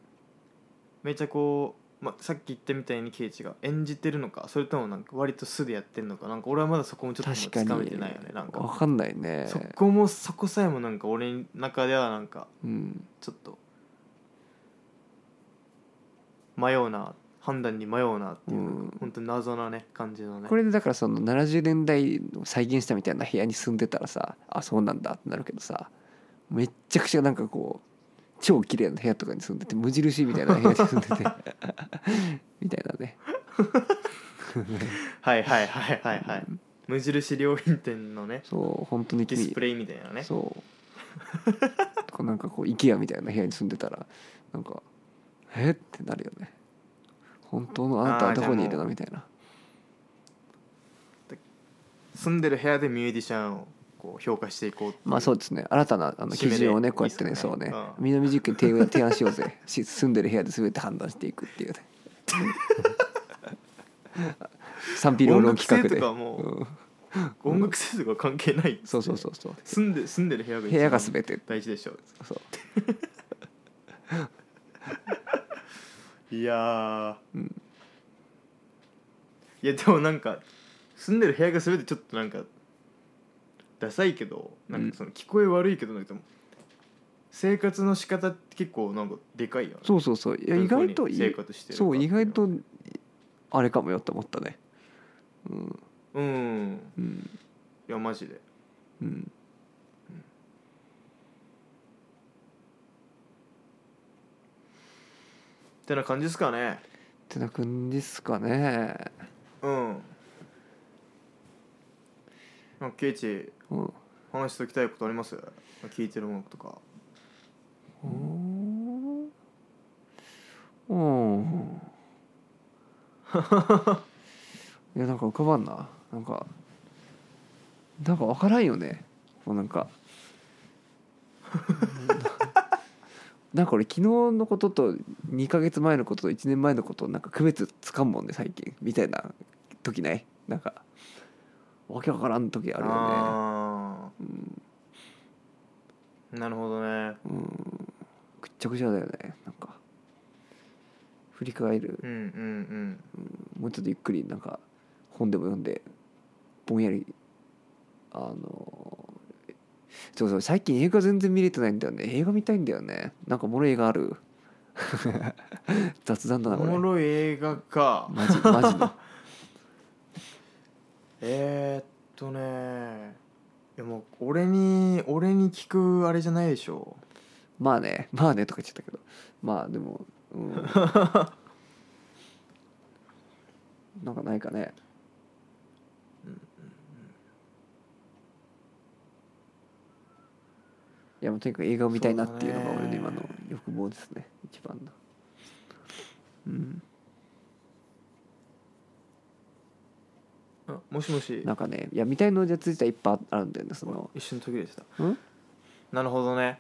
A: めっちゃこう、ま、さっき言ったみたいにケイチが演じてるのかそれともなんか割と素でやってるのかなんか俺はまだそこもちょっと
B: 確か
A: つ
B: に
A: かめてないよねなんか
B: 分かんないね
A: そこもそこさえもなんか俺の中ではなんか
B: うん
A: ちょっと迷うな判断に迷うなっていう、
B: うん
A: 本当に謎なね感じのね
B: これでだからその70年代を再現したみたいな部屋に住んでたらさあそうなんだってなるけどさめっちゃくちゃなんかこう超綺麗な部屋とかに住んでて無印みたいな部屋に住ん
A: (laughs)
B: でてみたいなね
A: はいはいはいはいはい、無印良品店のね
B: そう本当に
A: デ
B: 君
A: ィスプレイみたいなね
B: そうとかなんかこう IKEA みたいな部屋に住んでたらなんかえってなるよね本当のあなたはどこにいる
A: あーじゃ
B: の
A: あもう
B: みたいな
A: 住んでる部屋でミュージシャンをこう評価していこうってい
B: まあそうですね新たなあの基準をね
A: 締
B: こう
A: め
B: やって
A: でい
B: ね
A: いっす
B: そ
A: よ
B: う
A: ね
B: ね
A: うん
B: 南実験提案提案しようぜし住んでる部屋で全て判断していくっていうね賛否両論企画で
A: 音楽性とか
B: うん
A: 音楽性とか関係ないっつって
B: そうそうそうそう
A: 住んで住んでる部屋が一
B: 部
A: 番
B: 屋が全て
A: 大事でしょう
B: そう
A: いやー、
B: うん
A: いやでもなんか住んでる部屋が全てちょっとなんかダサいけどなんかその聞こえ悪いけどなんかでも生活の仕方って結構なんかでかいよね
B: そうそうそういや
A: どうい
B: 意
A: う風に
B: 外とい
A: 生活してるか
B: そう意外とあれかもよって思ったねうん
A: うん
B: うん
A: いやマジで
B: うん
A: てな感じですかね
B: ってな感じですかね
A: うんなんかケイチ
B: うん
A: 話しときたいことあります聞いてる音楽とか
B: うんうん。いやなんか浮かばんな。なんかなんかわからんよね。もうなんか。 (laughs) なんか俺昨日のことと2ヶ月前のことと1年前のことなんか区別つかんもんね最近みたいな時ないなんかわけわからん時あ
A: あ
B: るよね
A: あーなるほどね
B: うんぐっちゃぐちゃだよねなんか振り返る
A: うんうん
B: もうちょっとゆっくりなんか本でも読んでぼんやりあのそうそう最近映画全然見れてないんだよね映画見たいんだよねなんかおもろい映画ある (laughs) 雑談だ
A: うん
B: な
A: お
B: これ
A: もろい映画か
B: マジマジの
A: えー、っとねいやもう俺に俺に聞くあれじゃないでしょ
B: まあねまあねとか言っちゃったけどまあでも、 (laughs) うん、なんかないかねいやもうとにかく映画を見たいなっていうのが俺の今の欲望ですね一番のうん
A: あもしもし
B: なんかねいや見たいのじゃついたらいっぱいあるんだよねその
A: 一瞬途切れてた
B: うん
A: なるほどね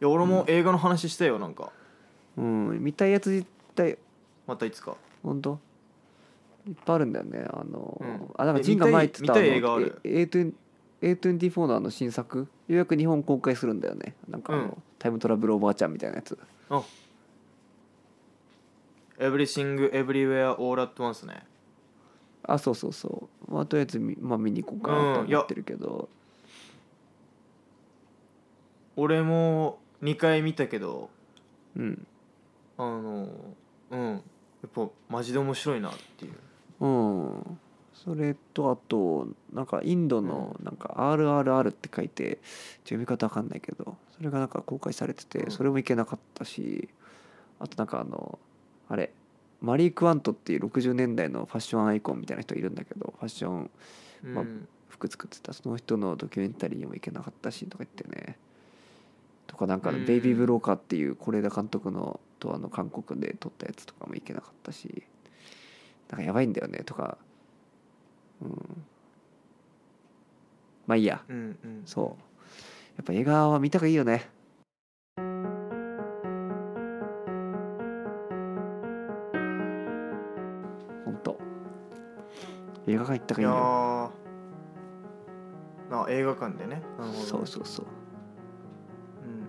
A: いや俺も映画の話したよなんか
B: うん見たいやつ自体
A: またいつか
B: 本当いっぱいあるんだよねあの、
A: うん
B: あだから
A: え
B: ジンが前言ってたあの
A: 見たい見たい映画ある
B: A- A24 のあの新作ようやく日本公開するんだよねなんかあの、
A: うん
B: タイムトラブルおばあちゃんみたいなやつ
A: あ Everything Everywhere All at Once ね
B: あそうそうそうまあとりあえず見,、まあ、見に行こうかなと
A: うんいや
B: 思ってるけど、
A: 俺も2回見たけど
B: うん
A: あのうんやっぱマジで面白いなっていう
B: うんそれとあとなんかインドのなんか RRR って書いてちょっと読み方わかんないけどそれがなんか公開されて
A: う
B: て
A: ん
B: それもいけなかったしあとなんかあのあれマリー・クワントっていう60年代のファッションアイコンみたいな人いるんだけどファッション
A: うん、
B: まあ服作ってたその人のドキュメンタリーにも行けなかったしとか言ってねとかなんかあの
A: うん
B: ベイビー・ブローカー」っていう是枝監督のとあの韓国で撮ったやつとかも行けなかったしなんかやばいんだよねとかうんまあいいや
A: うんうん
B: そうやっぱ映画は見た方がいいよねほんと映画館行った方
A: い
B: がい
A: や
B: いよ
A: ーあ映画館でねなるほど
B: そうそうそう
A: うんうんうん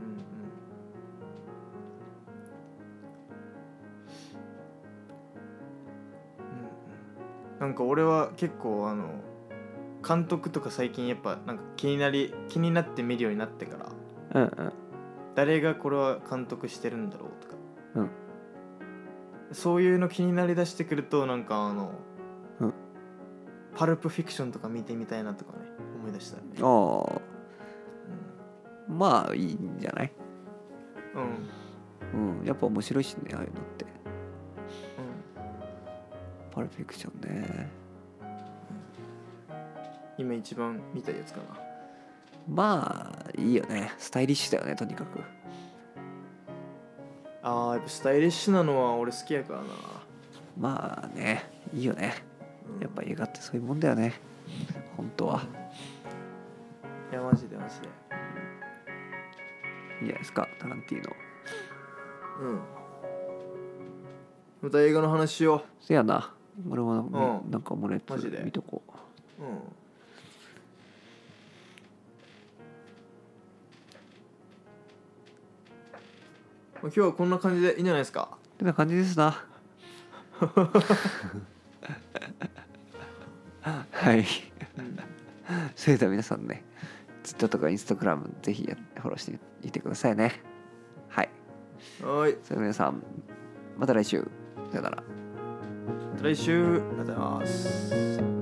A: うんうんなんか俺は結構あの監督とか最近やっぱなんか気になり気になって見るようになってから
B: うんうん
A: 誰がこれは監督してるんだろうとか、
B: うん
A: そういうの気になりだしてくるとなんかあの、
B: うん
A: パルプフィクションとか見てみたいなとかね思い出した、
B: ああまあいいんじゃない、
A: うんうん
B: うん、やっぱ面白いしねああいうのって
A: うん
B: パルプフィクションね
A: 今一番見たいやつかな
B: まあいいよねスタイリッシュだよねとにかく
A: あーやっぱスタイリッシュなのは俺好きやからな、
B: まあねいいよね
A: うん
B: やっぱ映画ってそういうもんだよね本当はい
A: やマジでマジで
B: いいじゃないですかタランティーノ
A: うんまた映画の話しよ
B: せやな俺もなんか,、
A: うん
B: なんかもうね
A: マジで
B: 見とこう
A: ううんまあ今日はこんな感じでいいんじゃないですか
B: てな感じですなはい
A: うん
B: それでは皆さんね、ツイッターとかインスタグラムぜひやフォローしていてくださいね。はい。
A: はーい
B: それでは皆さん、また来週。さよなら。
A: また来週ありがとうございます